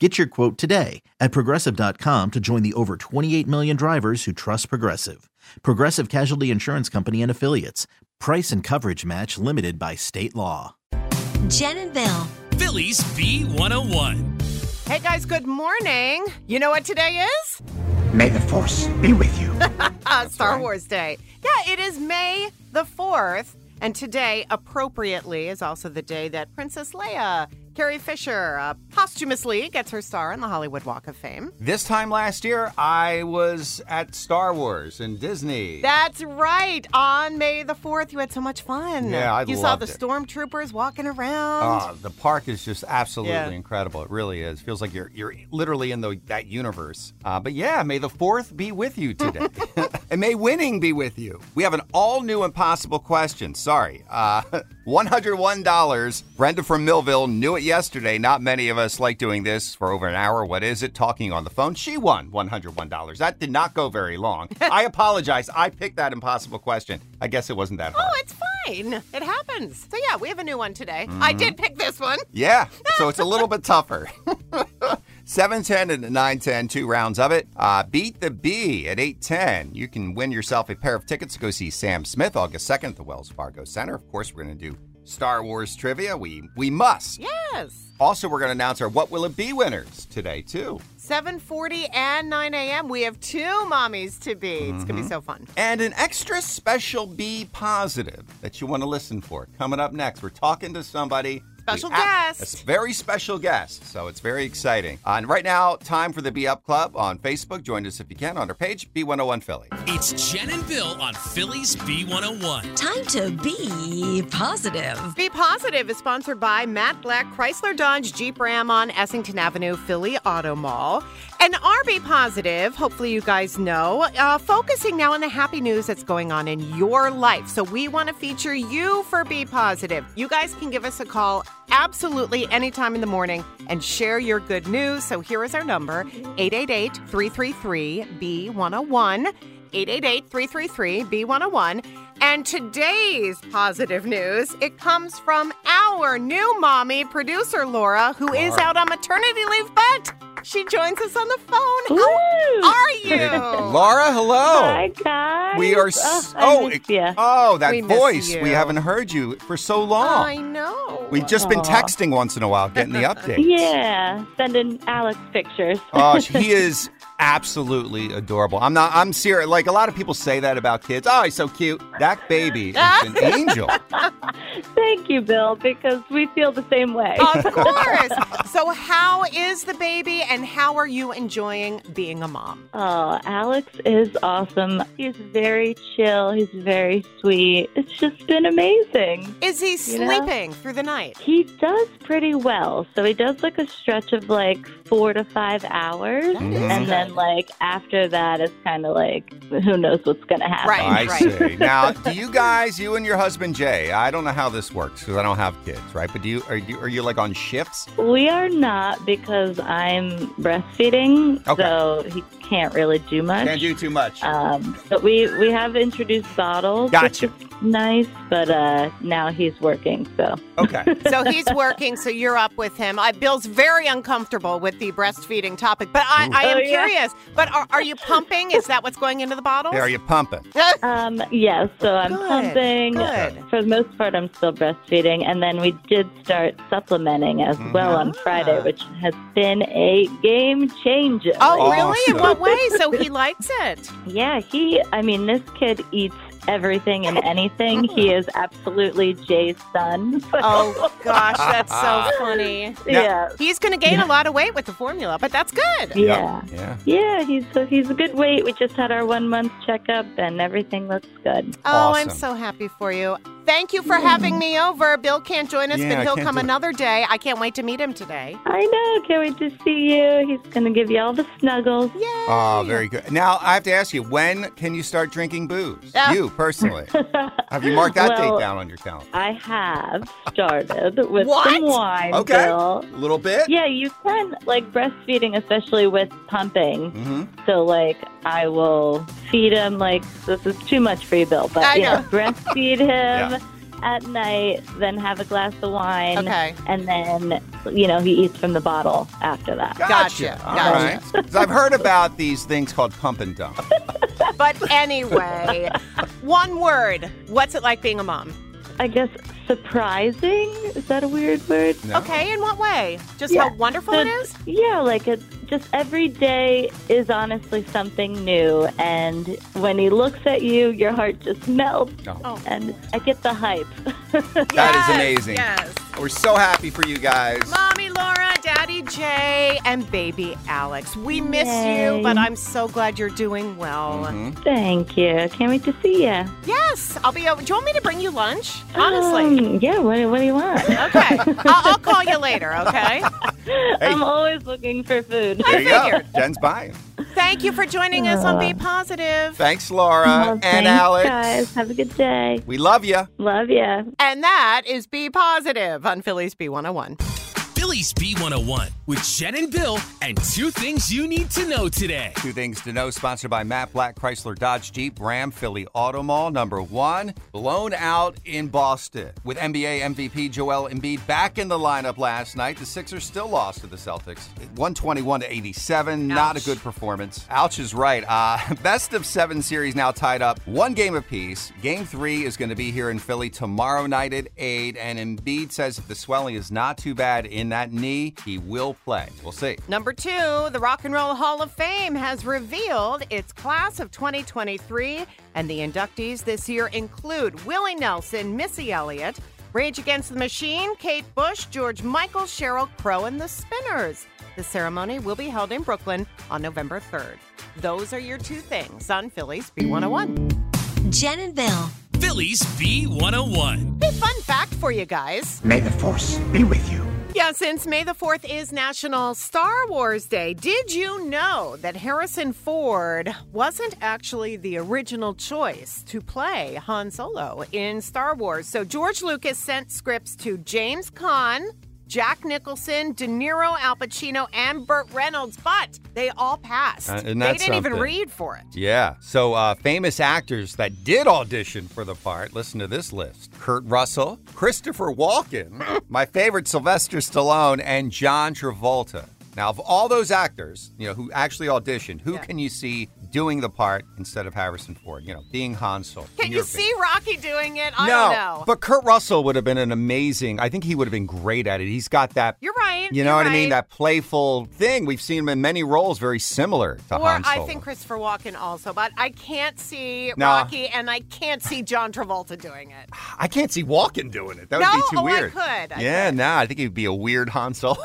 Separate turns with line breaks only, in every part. Get your quote today at progressive.com to join the over 28 million drivers who trust Progressive. Progressive Casualty Insurance Company and Affiliates. Price and coverage match limited by state law.
Jen and Bill.
Phillies B101.
Hey guys, good morning. You know what today is?
May the force be with you.
Uh, Star Wars Day. Yeah, it is May the 4th. And today, appropriately, is also the day that Princess Leia, Carrie Fisher, uh, posthumously gets her star on the Hollywood Walk of Fame.
This time last year, I was at Star Wars in Disney.
That's right. On May the 4th, you had so much fun.
Yeah, I
You saw
loved
the
it.
stormtroopers walking around.
Ah, the park is just absolutely
Yeah.
incredible. It really is. Feels like you're you're literally in the that universe. Uh, but yeah, may the fourth be with you today, and may winning be with you. We have an all new impossible question. Sorry, uh, one hundred one dollars. Brenda from Millville knew it yesterday. Not many of us like doing this for over an hour. What is it? Talking on the phone. She won one hundred one dollars. That did not go very long. I apologize. I picked that impossible question. I guess it wasn't that hard.
Oh, it's fine. It happens. So, yeah, we have a new one today. I
Mm-hmm.
did pick this one.
Yeah, so it's a little bit tougher. 710 and 910, two rounds of it. Uh, beat the Bee at 810. You can win yourself a pair of tickets to go see Sam Smith August 2nd at the Wells Fargo Center. Of course, we're going to do Star Wars trivia. We we must.
Yes.
Also, we're going to announce our What Will It Be winners today, too.
7.40 and 9 a.m. We have two mommies to be. It's going to be so fun.
And an extra special B positive that you want to listen for. Coming up next, we're talking to somebody.
Special
we act-
guest.
A very special guest. So it's very exciting. Uh, and right now, time for the B Up Club on Facebook. Join us if you can on our page, B101 Philly.
It's Jen and Bill on Phillies B101.
Time to be positive.
Be Positive is sponsored by Matt Black Chrysler Dodge Jeep Ram on Essington Avenue, Philly Auto Mall. And RB Positive, hopefully you guys know, uh, focusing now on the happy news that's going on in your life. So we want to feature you for Be Positive. You guys can give us a call absolutely anytime in the morning and share your good news. So here is our number 888 333 B101. 888-333-B101. And today's positive news, it comes from our new mommy, producer Laura, who is out on maternity leave, but she joins us on the phone. How are you?
Laura, hello.
Hi guys.
We are
oh,
so.
I missed ya.
oh, that
We miss
voice. We
you.
haven't heard you for so long.
I know.
We've just been
Aw.
texting once in a while, getting the updates.
Yeah, sending Alex pictures.
Oh, he is absolutely adorable. I'm not. I'm serious. Like a lot of people say that about kids. Oh, he's so cute. That baby is an angel.
Thank you, Bill, because we feel the same way.
of course. So how is the baby and how are you enjoying being a mom?
Oh, Alex is awesome. He's very chill. He's very sweet. It's just been amazing.
Is he
You know?
sleeping through the night?
He does pretty well. So he does like a stretch of like four to five hours.
Mm-hmm.
That is
And then,
good.
like, after that, it's kind of like, who knows what's going to happen.
Right.
I see. Now, do you guys, you and your husband Jay? I don't know how this works because I don't have kids, right? But do you are you are you like on shifts?
We are not because I'm breastfeeding.
Okay.
So he can't really do much. uh,
Can't do too much.
Um, but we we have introduced bottles.
Gotcha.
Just to nice, but uh, now he's working, so
Okay.
So he's working, so you're up with him. Uh, Bill's very uncomfortable with the breastfeeding topic, but I, I am
Oh, yeah.
curious. But are, are you pumping? Is that what's going into the bottles?
Hey, are you pumping?
um, yeah. So I'm
Good,
pumping.
good.
For the most part, I'm still breastfeeding, and then we did start supplementing as well on Friday, which has been a game changer.
Oh, really? In what
Awesome.
way? So he likes it.
Yeah, he, I mean, this kid eats everything and anything. he is absolutely Jay's son.
Oh, gosh, that's so funny.
yeah.
He's going to gain a lot of weight with the formula, but that's good.
Yeah.
Yeah.
Yeah, he's so he's a good weight. We just had our one month checkup and everything looks good.
Oh, I'm
Awesome. Mm.
so happy for you. Thank you for having me over. Bill can't join us,
Yeah,
but
I
he'll
can't
come
do it.
another day. I can't wait to meet him today.
I know, can't wait to see you. He's gonna give you all the snuggles.
Yay!
Oh, very good. Now I have to ask you, when can you start drinking booze?
Ah.
You personally, have you marked that
Well-
date down on your calendar?
I have started with
What?
some wine.
Okay, a
Bill.
little bit.
Yeah, you can like breastfeeding, especially with pumping.
hmm
So like I will feed him like this is too much for you, Bill. But
I
you know,
know.
breastfeed him
Yeah.
at night, then have a glass of wine,
Okay.
and then you know he eats from the bottle after that.
Gotcha.
All
Gotcha.
right. 'Cause I've heard about these things called pump and dump.
But anyway, one word. What's it like being a mom?
I guess surprising is that a weird word?
No.
Okay, in what way? Just
Yeah.
how wonderful it is?
Yeah, like it, just every day is honestly something new, and when he looks at you, your heart just melts,
No.
Oh.
and I get the hype.
That is amazing.
Yes.
We're so happy for you guys.
Mommy Laura, Daddy Jay, and baby Alex. We miss you,
Yay.
but I'm so glad you're doing well.
Mhm.
Thank you. Can't wait to see you.
Yes, I'll be over. Do you want me to bring you lunch? Honestly.
Um, yeah. What, what do you want?
Okay. I'll, I'll call you later, okay?
I'm always looking for food.
There you go.
figured.
Jen's buying.
Thank you for joining us on Be
Uh.
Positive.
Thanks, Laura
Well,
and
thanks,
Alex.
guys. Have a good day.
We love you.
Love you.
And that is Be Positive on Phillies B101.
Phillies B101 with Jen and Bill and two things you need to know today.
Two things to know, sponsored by Matt Black, Chrysler Dodge Jeep, Ram, Philly Auto Mall. Number one, blown out in Boston with NBA MVP Joel Embiid back in the lineup last night. The Sixers still lost to the Celtics, 121 to 87. Not a good performance. Ouch is right. Uh, best of seven series now tied up, one game apiece. Game three is going to be here in Philly tomorrow night at eight. And Embiid says if the swelling is not too bad in that knee, he will play. We'll see.
Number two, the Rock and Roll Hall of Fame has revealed its class of 2023, and the inductees this year include Willie Nelson, Missy Elliott, Rage Against the Machine, Kate Bush, George Michael, Cheryl Crow, and the Spinners. The ceremony will be held in Brooklyn on November 3rd. Those are your two things on Phillies B101.
Jen and Bill.
Phillies B101.
Hey, fun fact for you guys.
May the force be with you.
Yeah, since May the 4th is National Star Wars Day, did you know that Harrison Ford wasn't actually the original choice to play Han Solo in Star Wars? So George Lucas sent scripts to James Caan, Jack Nicholson, De Niro, Al Pacino, and Burt Reynolds, but they all passed.
Uh,
they didn't
isn't that
even
something?
read for it.
Yeah. So, uh, famous actors that did audition for the part, listen to this list Kurt Russell, Christopher Walken, my favorite Sylvester Stallone, and John Travolta. Now, of all those actors, you know, who actually auditioned, who can you see doing the part instead of Harrison Ford? You know, being Han Solo. in
Can you
your
see
opinion?
Rocky doing it? I
no,
don't know.
but Kurt Russell would have been an amazing. I think he would have been great at it. He's got that.
You're right,
You know
you're
what I mean?
right.
That playful thing. We've seen him in many roles very similar to
Or
Han Solo.
I think Christopher Walken also, but I can't see
Nah.
Rocky and I can't see John Travolta doing it.
I can't see Walken doing it. That would
No?
be too
Oh, I
weird.
could. I
yeah,
could.
no, I think he'd be a weird Han Solo.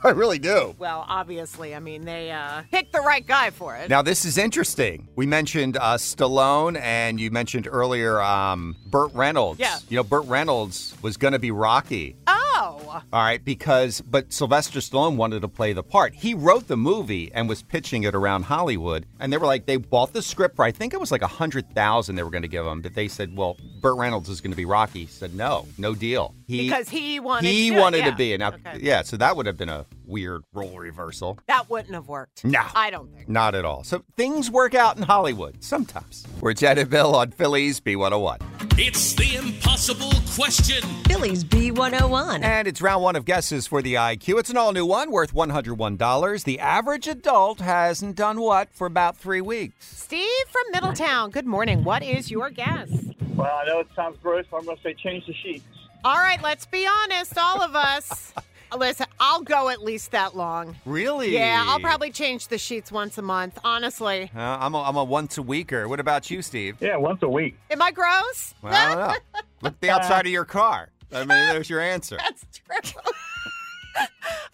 I really do.
Well, obviously, I mean they uh, picked the right guy for it.
Now this is interesting. We mentioned uh, Stallone, and you mentioned earlier um, Burt Reynolds.
Yeah.
You know, Burt Reynolds was going to be Rocky.
Oh,
All right, because but Sylvester Stallone wanted to play the part. He wrote the movie and was pitching it around Hollywood, and they were like, they bought the script for I think it was like a hundred thousand they were going to give him, but they said, well, Burt Reynolds is going to be Rocky. He said no, no deal. He
because he wanted
he
to,
wanted
yeah.
to be. Now,
Okay.
yeah, so that would have been a weird role reversal.
That wouldn't have worked.
No.
I don't think.
Not at all. So things work out in Hollywood sometimes. We're Jen and Bill on Phillies B101.
It's the impossible question.
Phillies B101.
And it's round one of guesses for the IQ. It's an all new one worth $101. The average adult hasn't done what for about three weeks?
Steve from Middletown, good morning. What is your guess?
Well, I know it sounds gross, but I'm going to say change the sheets.
All right, let's be honest, all of us. Listen, I'll go at least that long.
Really?
Yeah, I'll probably change the sheets once a month, honestly.
Uh, I'm, a, I'm a once a weeker. What about you, Steve?
Yeah, once a week.
Am I gross?
Well, I don't know. Look at the outside of your car. I mean, there's your answer.
That's true.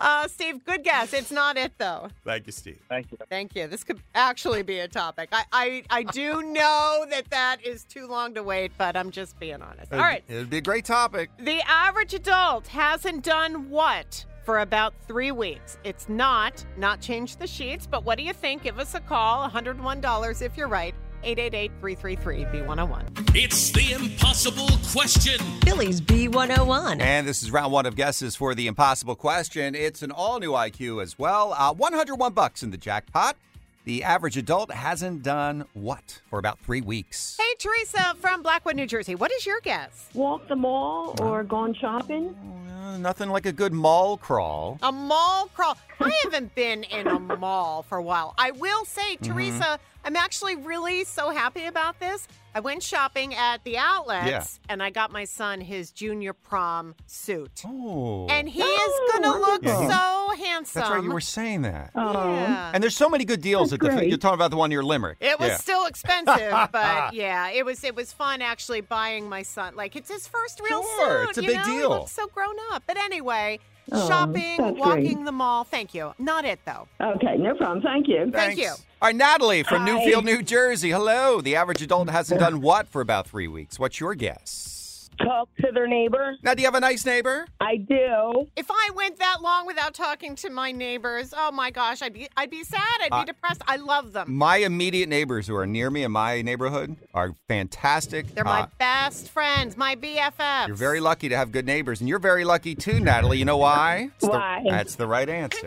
uh, Steve, good guess. It's not it, though.
Thank you, Steve.
Thank you.
Thank you. This could actually be a topic. I, I, I do know that that is too long to wait, but I'm just being honest. All right.
It'd be a great topic.
The average adult hasn't done what for about three weeks? It's not, not change the sheets, but what do you think? Give us a call, $101 if you're right. 888 333 B101.
It's the impossible question.
Phillies B101.
And this is round one of guesses for the impossible question. It's an all new IQ as well. Uh, 101 bucks in the jackpot. The average adult hasn't done what for about three weeks?
Hey, Teresa from Blackwood, New Jersey. What is your guess?
Walk the mall or gone shopping?
Uh, nothing like a good mall crawl.
A mall crawl. I haven't been in a mall for a while. I will say,
Mm-hmm.
Teresa, I'm actually really so happy about this. I went shopping at the outlets
Yeah.
and I got my son his junior prom suit.
Oh.
And he is going to look
wonderful.
so handsome.
That's right, you were saying that.
Uh, Yeah.
And there's so many good deals
That's
at the.
great.
You're talking about the one near Limerick.
It was
Yeah.
still expensive, but yeah, it was it was fun actually buying my son. Like it's his first real
Sure,
suit.
it's a
you
big
know?
deal.
He looks so grown up. But anyway,
Oh,
shopping,
that's
walking
great.
the mall. Thank you. Not it though.
Okay, no problem. Thank you.
Thank you.
All right, Natalie from
Hi.
Newfield, New Jersey. Hello. The average adult hasn't done what for about three weeks? What's your guess?
Talk to their neighbor.
Now, do you have a nice neighbor?
I do.
If I went that long without talking to my neighbors, oh my gosh, I'd be I'd be sad. I'd be
Uh,
depressed. I love them.
My immediate neighbors who are near me in my neighborhood are fantastic.
They're
Uh,
my best friends, my BFFs.
You're very lucky to have good neighbors, and you're very lucky too, Natalie. You know why? It's the-
Why?
that's the right answer.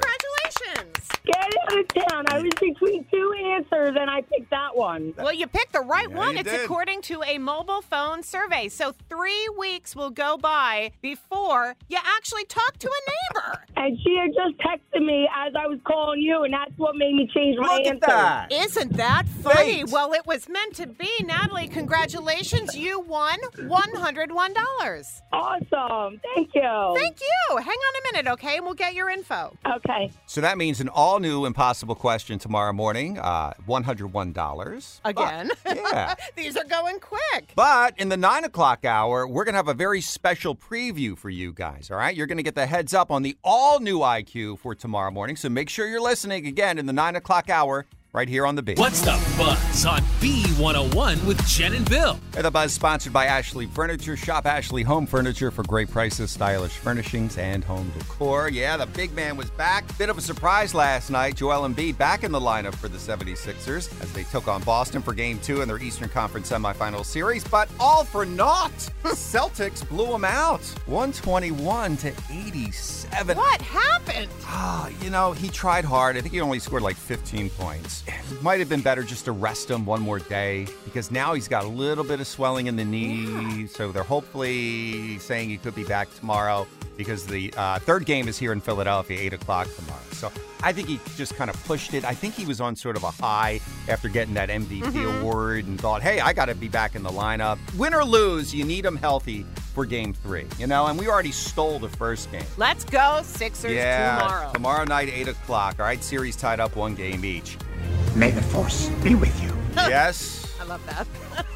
Congratulations.
Get out of town. I was between two answers and I picked that one.
Well, you picked the right
Yeah,
one.
you
It's
did.
according to a mobile phone survey. So three weeks will go by before you actually talk to a neighbor.
And she had just texted me as I was calling you, and that's what made me change my
Look
answer.
at that.
Isn't that funny?
Fate.
Well, it was meant to be. Natalie, congratulations. You won $101.
Awesome. Thank
Oh.
you.
Thank you. Hang on a minute, okay? And we'll get your info.
okay.
So that means an all new impossible question tomorrow morning, uh, $101.
Again.
But- yeah.
These are going quick.
But in the nine o'clock hour, we're going to have a very special preview for you guys. All right. You're going to get the heads up on the all new IQ for tomorrow morning. So make sure you're listening again in the nine o'clock hour right here on the beat.
What's the buzz on B101 with Jen and Bill?
And the buzz sponsored by Ashley Furniture. Shop Ashley Home Furniture for great prices, stylish furnishings, and home decor. Yeah, the big man was back. Bit of a surprise last night. Joel Embiid back in the lineup for the 76ers as they took on Boston for game two in their Eastern Conference semifinal series, but all for naught. Celtics blew them out 121 to 87.
What happened?
Ah, you know, he tried hard. I think he only scored like 15 points. Might have been better just to rest him one more day because now he's got a little bit of swelling in the knee. So they're hopefully saying he could be back tomorrow because the uh, third game is here in Philadelphia, 8 o'clock tomorrow. So I think he just kind of pushed it. I think he was on sort of a high after getting that MVP award and thought, hey, I got to be back in the lineup. Win or lose, you need him healthy for game three, you know, and we already stole the first game
Let's go, Sixers
yeah,
tomorrow.
night, 8 o'clock. All right, series tied up one game each.
May the Force be with you.
yes,
I love that.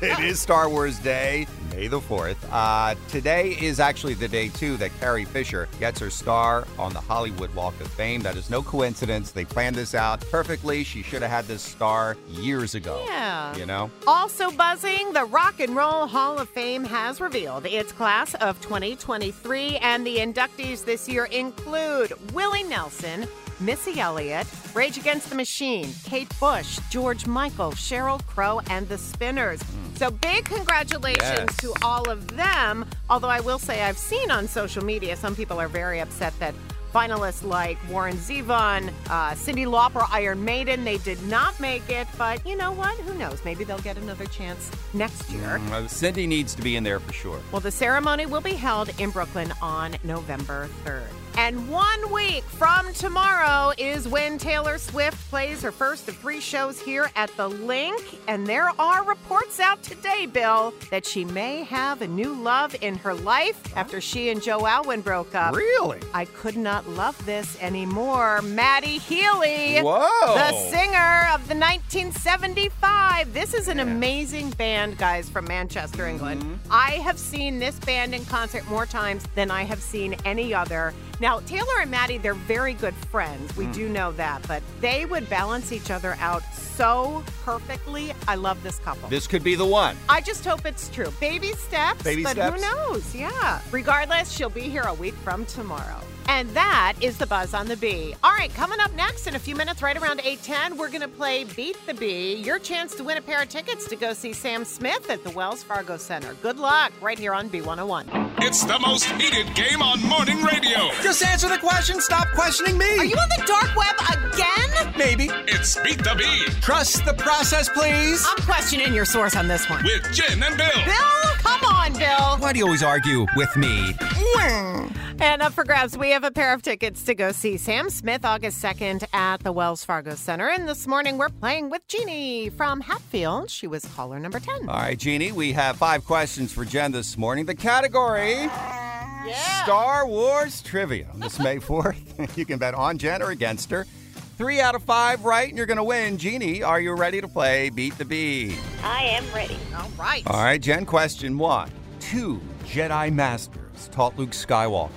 it is Star Wars Day, May the 4th. Uh, today is actually the day, too, that Carrie Fisher gets her star on the Hollywood Walk of Fame. That is no coincidence. They planned this out perfectly. She should have had this star years ago.
Yeah.
You know?
Also buzzing, the Rock and Roll Hall of Fame has revealed its class of 2023, and the inductees this year include Willie Nelson, Missy Elliott, Rage Against the Machine, Kate Bush, George Michael, Cheryl Crow, and the Spinners. So big congratulations
Mm. Yes.
to all of them. Although I will say, I've seen on social media some people are very upset that. Finalists like Warren Zevon, uh, Cindy Lauper, Iron Maiden, they did not make it, but you know what? Who knows? Maybe they'll get another chance next year.
Mm, Cindy needs to be in there for sure.
Well, the ceremony will be held in Brooklyn on November 3rd. And one week from tomorrow is when Taylor Swift plays her first of three shows here at The Link. And there are reports out today, Bill, that she may have a new love in her life after she and Joe Alwyn broke up.
Really?
I could not love this anymore. Maddie Healy,
Whoa.
the singer of the 1975. This is an amazing band, guys, from Manchester, England.
Mm-hmm.
I have seen this band in concert more times than I have seen any other. Now, Taylor and Maddie, they're very good friends.
Mm.
We do know that, but they would balance each other out so perfectly. I love this couple.
This could be the one.
I just hope it's true. Baby steps,
Baby
but
steps.
who knows? Yeah. Regardless, she'll be here a week from tomorrow. And that is the buzz on the bee. All right, coming up next in a few minutes, right around 8:10, we're gonna play Beat the Bee. Your chance to win a pair of tickets to go see Sam Smith at the Wells Fargo Center. Good luck, right here on B101.
It's the most heated game on morning radio.
Just answer the question. Stop questioning me.
Are you on the dark web again?
Maybe.
It's Beat the Bee
Trust the process, please.
I'm questioning your source on this one.
with Jen and Bill.
Bill, come on, Bill.
Why do you always argue with me?
And up for grabs, we have a pair of tickets to go see Sam Smith August 2nd at the Wells Fargo Center. And this morning we're playing with Jeannie from Hatfield. She was caller number 10.
All right, Jeannie, we have five questions for Jen this morning. The category Star Wars trivia. On This May 4th, you can bet on Jen or against her. Three out of five right, and you're going to win. Jeannie, are you ready to play Beat the Bee?
I am ready.
All right.
All right, Jen, question one. Two Jedi Masters taught Luke Skywalker.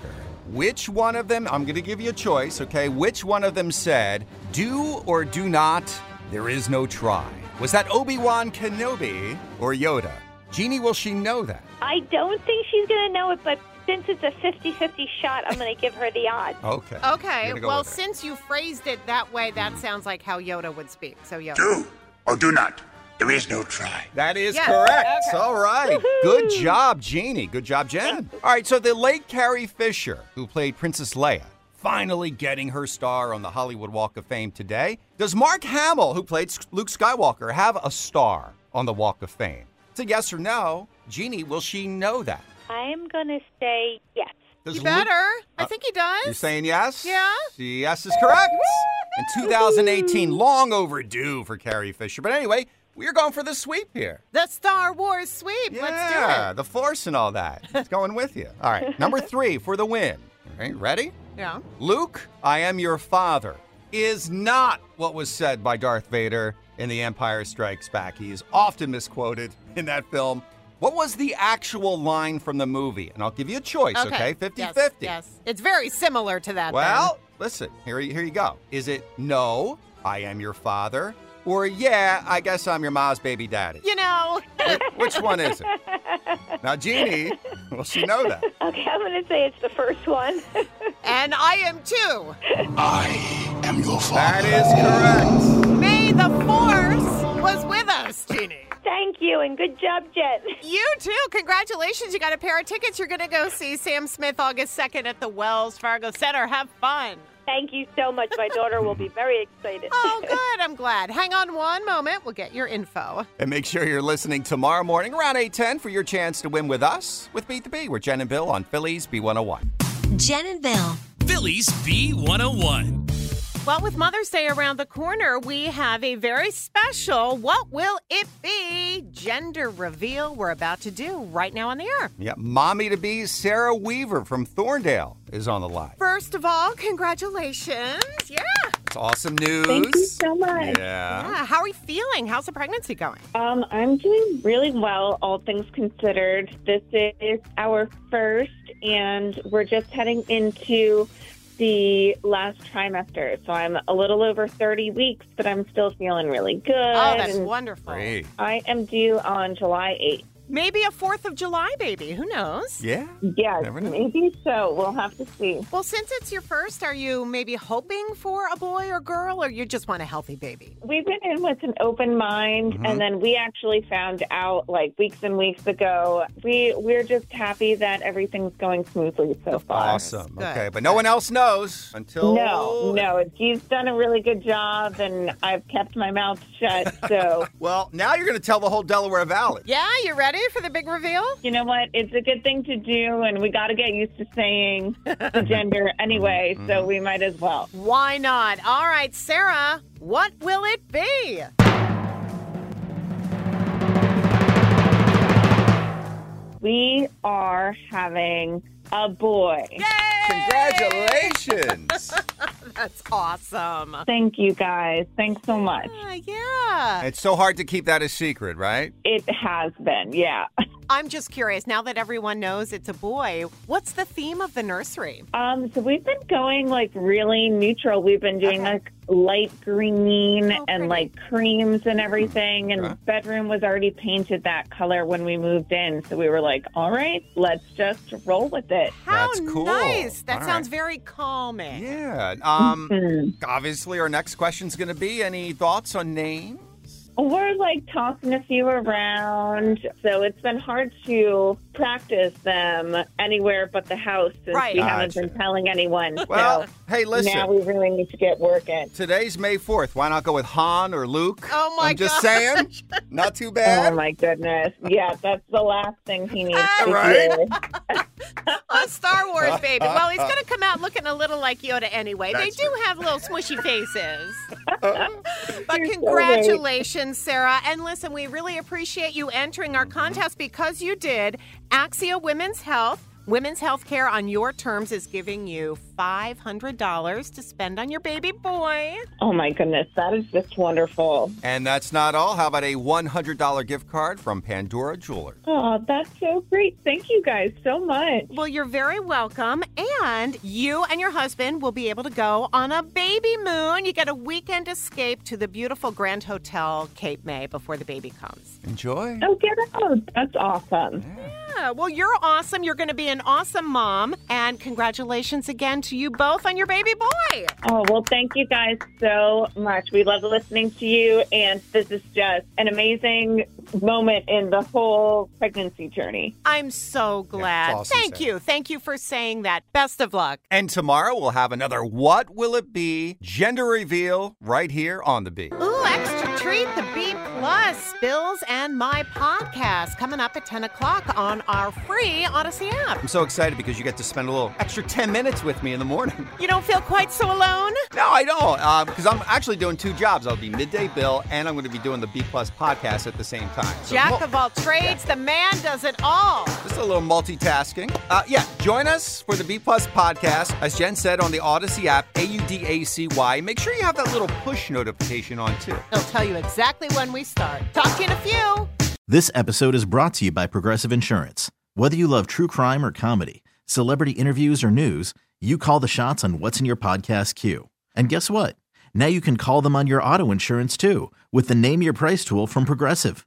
Which one of them, I'm going to give you a choice, okay? Which one of them said, do or do not, there is no try? Was that Obi Wan Kenobi or Yoda? Jeannie, will she know that?
I don't think she's going to know it, but since it's a 50 50 shot, I'm going to give her the odds.
Okay. You're
Okay.
gonna go
well,
with Mm-hmm. her.
since you phrased it that way, that sounds like how Yoda would speak. So, Yoda.
Do or do not. There is no try.
That is
Yes.
correct. All right. Good job, Jeannie. Good job, Jen. All right, so the late Carrie Fisher, who played Princess Leia, finally getting her star on the Hollywood Walk of Fame today. Does Mark Hamill, who played S- Luke Skywalker, have a star on the Walk of Fame? It's a yes or no. Jeannie, will she know that?
I'm going to say yes.
Does
You
Luke- Uh,
better. I think he does.
You're saying yes?
Yeah.
The Yes is correct. In 2018, long overdue for Carrie Fisher. But anyway, we're going for the sweep here.
the Star Wars sweep.
Yeah,
Let's do it.
the force and all that. It's going with you. All right, number three for the win. All right, ready?
Yeah.
Luke, I am your father is not what was said by Darth Vader in The Empire Strikes Back. He is often misquoted in that film. What was the actual line from the movie? And I'll give you a choice, okay? 50
Yes,
50.
Yes, It's very similar to that.
Well, listen, here, you- here you go. Is it no, I am your father? Or yeah, I guess I'm your mom's baby daddy?
then. you know,
Which one is it? Now, Jeannie, will she know that?
Okay, I'm going to say it's the first one.
and I am too.
I am your father.
That is correct.
May the Force was with us, Jeannie.
Thank you, and good job, Jen.
You too. Congratulations. You got a pair of tickets. You're going to go see Sam Smith August 2nd at the Wells Fargo Center. Have fun.
Thank you so much. My daughter will be very excited.
Oh, good. I'm glad. Hang on one moment. We'll get your info.
And make sure you're listening tomorrow morning around 810 for your chance to win with us with Beat the Bee. We're Jen and Bill on Phillies B101.
Jen and Bill.
Phillies B101.
Well, with Mother's Day around the corner, we have a very special What Will It Be gender reveal we're about to do right now on the air.
Yeah, mommy to be Sarah Weaver from Thorndale is on the line.
First of all, congratulations. Yeah.
It's awesome news.
Thank you so much.
Yeah.
Yeah, How are you feeling? How's the pregnancy going?
Um, I'm doing really well, all things considered. This is our first, and we're just heading into the last trimester. So I'm a little over 30 weeks, but I'm still feeling really good.
Oh, that's
and
wonderful.
Great.
I am due on July 8th.
Maybe a 4th of July baby. Who knows?
Yeah.
Yes, maybe so. We'll have to see.
Well, since it's your first, are you maybe hoping for a boy or girl, or you just want a healthy baby?
We've been in with an open mind,
Mhm.
and then we actually found out like weeks and weeks ago. We we're just happy that everything's going smoothly so far.
Awesome. Okay, but no one else knows until
No, no, he's done a really good job, and I've kept my mouth shut. So,
well, now you're going to tell the whole Delaware Valley.
Yeah, you ready for the big reveal?
You know what? It's a good thing to do, and we got to get used to saying the gender anyway. So we might as well.
Why not? All right, Sarah, what will it be?
We are having a boy.
Congratulations.
That's awesome.
Thank you guys. Thanks so much.
Uh, yeah.
It's so hard to keep that a secret, right?
It has been, yeah.
I'm just curious. Now that everyone knows it's a boy, what's the theme of the nursery?
Um, so we've been going like really neutral. We've been doing like light green and like creams and everything. And
Okay.
bedroom was already painted that color when we moved in. So we were like, all right, let's just roll with it.
How
That's cool.
nice. That
All right.
sounds very calming.
Yeah. Um, obviously, our next question's going to be any thoughts on name?
We're like tossing a few around. So it's been hard to practice them anywhere but the house since
Right.
we haven't
Gotcha.
been telling anyone.
Well,
so
hey, listen.
now we really need to get working.
Today's May 4th. Why not go with Han or Luke?
Oh my
I'm just
gosh.
saying. Not too
Oh
bad.
my goodness. Yeah, that's the last thing he needs to
Right?
do.
A Star Wars baby. Well, he's going to come out looking a little like Yoda anyway.
That's
they do have little smushy faces. but
You're so
congratulations, Sarah. And listen, we really appreciate you entering our contest because you did. Axia Women's Health. Women's health care on your terms is giving you $500 to spend on your baby boy.
Oh my goodness, that is just wonderful.
And that's not all. How about a $100 gift card from Pandora Jewelers?
Oh, that's so great. Thank you guys so much.
Well, you're very welcome. And you and your husband will be able to go on a baby moon. You get a weekend escape to the beautiful Grand Hotel Cape May before the baby comes.
Enjoy.
Oh, get out. That's awesome.
Yeah, well, you're awesome. You're going to be an awesome mom. And congratulations again to you both on your baby boy.
Oh, well, thank you guys so much. We love listening to you, and this is just an amazing moment in the whole pregnancy journey.
I'm so glad.
awesome,
Thank
Sarah.
you. Thank you for saying that. Best of luck.
And tomorrow we'll have another What Will It Be gender reveal right here on The Bee.
Ooh, extra treat the B plus spills and my podcast coming up at 10 o'clock on our free Odyssey app.
I'm so excited because you get to spend a little extra 10 minutes with me in the morning.
You don't feel quite so alone?
No, I don't, because I'm actually doing two jobs. I'll be midday bill, and I'm going to be doing the B Plus podcast at the same time. So
Jack
mul-
of all trades, the man does it all.
just a little multitasking. Uh, yeah, join us for the B Plus podcast, as Jen said on the Odyssey app, A U D A C Y. Make sure you have that little push notification on too.
It'll tell you exactly when we start. Talk to you in a few.
This episode is brought to you by Progressive Insurance. Whether you love true crime or comedy, celebrity interviews or news, you call the shots on what's in your podcast queue. And guess what? Now you can call them on your auto insurance too with the Name Your Price tool from Progressive.